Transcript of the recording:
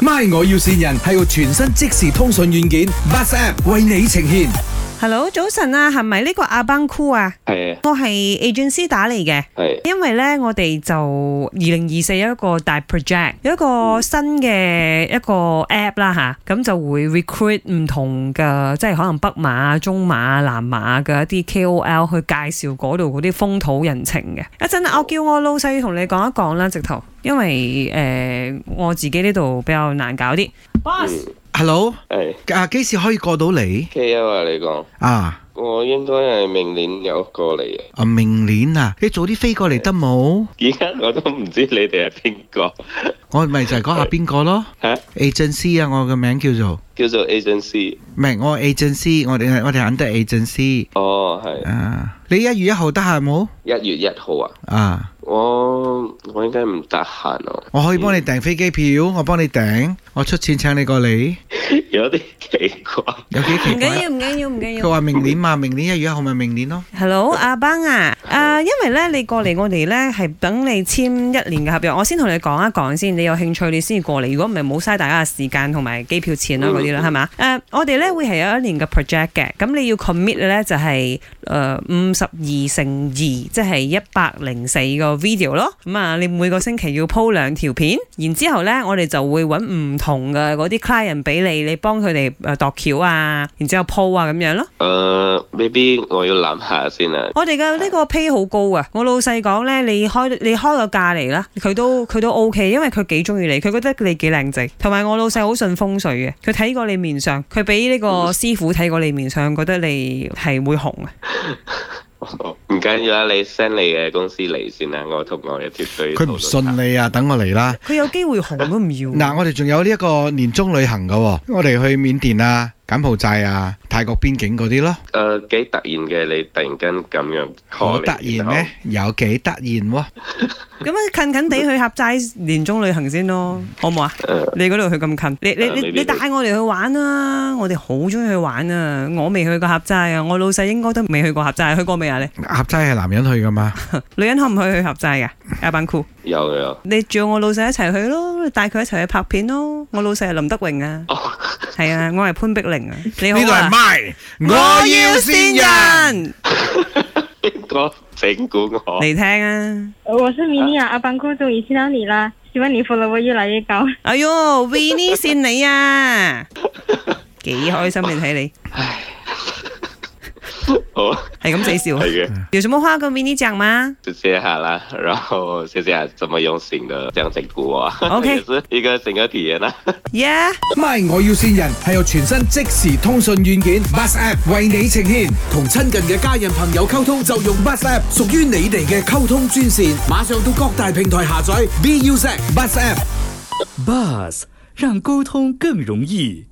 My 我要線人係個全新即時通訊軟件 Bus App 為你呈現。 Hello，早晨啊，係咪呢個阿邦酷啊？係我係 agency 打嚟嘅，係因為咧我哋就二零二四有一個大 project，有一個新嘅一個 app 啦吓，咁就會 recruit 唔同嘅，即係可能北馬、中馬、南馬嘅一啲 KOL 去介紹嗰度嗰啲風土人情嘅。一陣啊我叫我老細同你講一講啦，直頭，因為誒、呃我自己呢度比較難搞啲。Boss， Hello，À, 係啊幾時可以過到嚟 K à, L 啊，你講啊？我應該係明年有過嚟嘅，啊明年啊，你早啲飛過嚟得冇？而家我都唔知你哋係邊個我咪就係講下邊個咯嚇， ，agency à, 啊，我嘅名叫做，叫做 agency。唔係我 agency，我哋我哋 under agency À, 哦，係啊。你一月一號得閒冇？一月一號啊，啊，我我應該唔得閒咯，我可以幫你訂飛機票，我幫你訂，我出錢請你過嚟，有啲奇怪。有幾唔奇怪緊啊？要，唔緊要，唔緊要佢。話明年嘛，明年一月一號咪明年咯。 Hello，阿邦啊，啊，因為咧你過嚟我哋咧係等你簽一年嘅合約，我先同你講一講先，你有興趣你先至過嚟，如果唔係冇嘥大家嘅時間同埋機票錢啦嗰啲啦，係嘛？誒，我哋咧會係有一年嘅 project 嘅，咁你要 commit 咧就係誒五十二乘二，即係一百零四個 video 咯。咁啊，你每個星期要鋪兩條片，然之後咧我哋就會揾唔同嘅嗰啲 client 俾你，你幫佢哋誒度橋啊，然之後鋪啊咁樣咯。誒、m a y b e 我要諗下先啊。我哋嘅呢個 pay 好高啊！我老細講咧，你開你開個價嚟啦，佢都佢都 O、k 因為佢幾中意你，佢覺得你幾靚仔，同埋我老細好信風水嘅，佢睇過你面相，佢俾呢個師傅睇過你面相，覺得你係會紅啊！唔緊要啦，你 send 你嘅公司嚟先啦，我同我嘅團隊。佢唔信。你啊，等我嚟啦。佢有機會紅都唔要。嗱，我哋仲有呢一個年中旅行噶、喎，我哋去緬甸啊、柬埔寨啊、泰國邊境嗰啲咯。誒、幾突然嘅，你突然間咁樣 call 好你突然咩？？有幾突然喎、咁啊近近地去合寨年中旅行先咯，好唔好啊？呃然後你嗰度去咁近，你你啊你未必你帶我哋去玩啊！我哋好中意去玩啊！我未去過合寨啊，我老細應該都未去過合寨，去過未啊？你合齋係男人去噶 嘛？女人可唔可以去合寨噶？阿班酷。有有。你叫我老細一齊去咯，你帶佢一齊去拍片咯。我老細係林德榮啊，哦，係啊，我係潘碧玲啊。你呢度好係啊，咪？先先。人， 邊個整蠱我？ 你聽啊。我是米妮啊，阿班酷终于见到你啦，希望你 follow 越来越高。哎呦 w i n n 線你啊，幾開心你睇你，哦好，係咁死笑啊。係嘅，有什麼花跟 w i n n 講嗎？謝謝下啦，然後謝謝怎麼啊用心的這樣整蠱我啊 OK 也是一個整個體驗啦。 Yeah。 My 我要線人係由全新即時通訊軟件 Bus App 為你呈現，同親近嘅家人朋友溝通就用 Bus App，屬於你哋嘅溝通專線。馬上到各大平台下載 BUZ Bus App。 Buzz 让沟通更容易。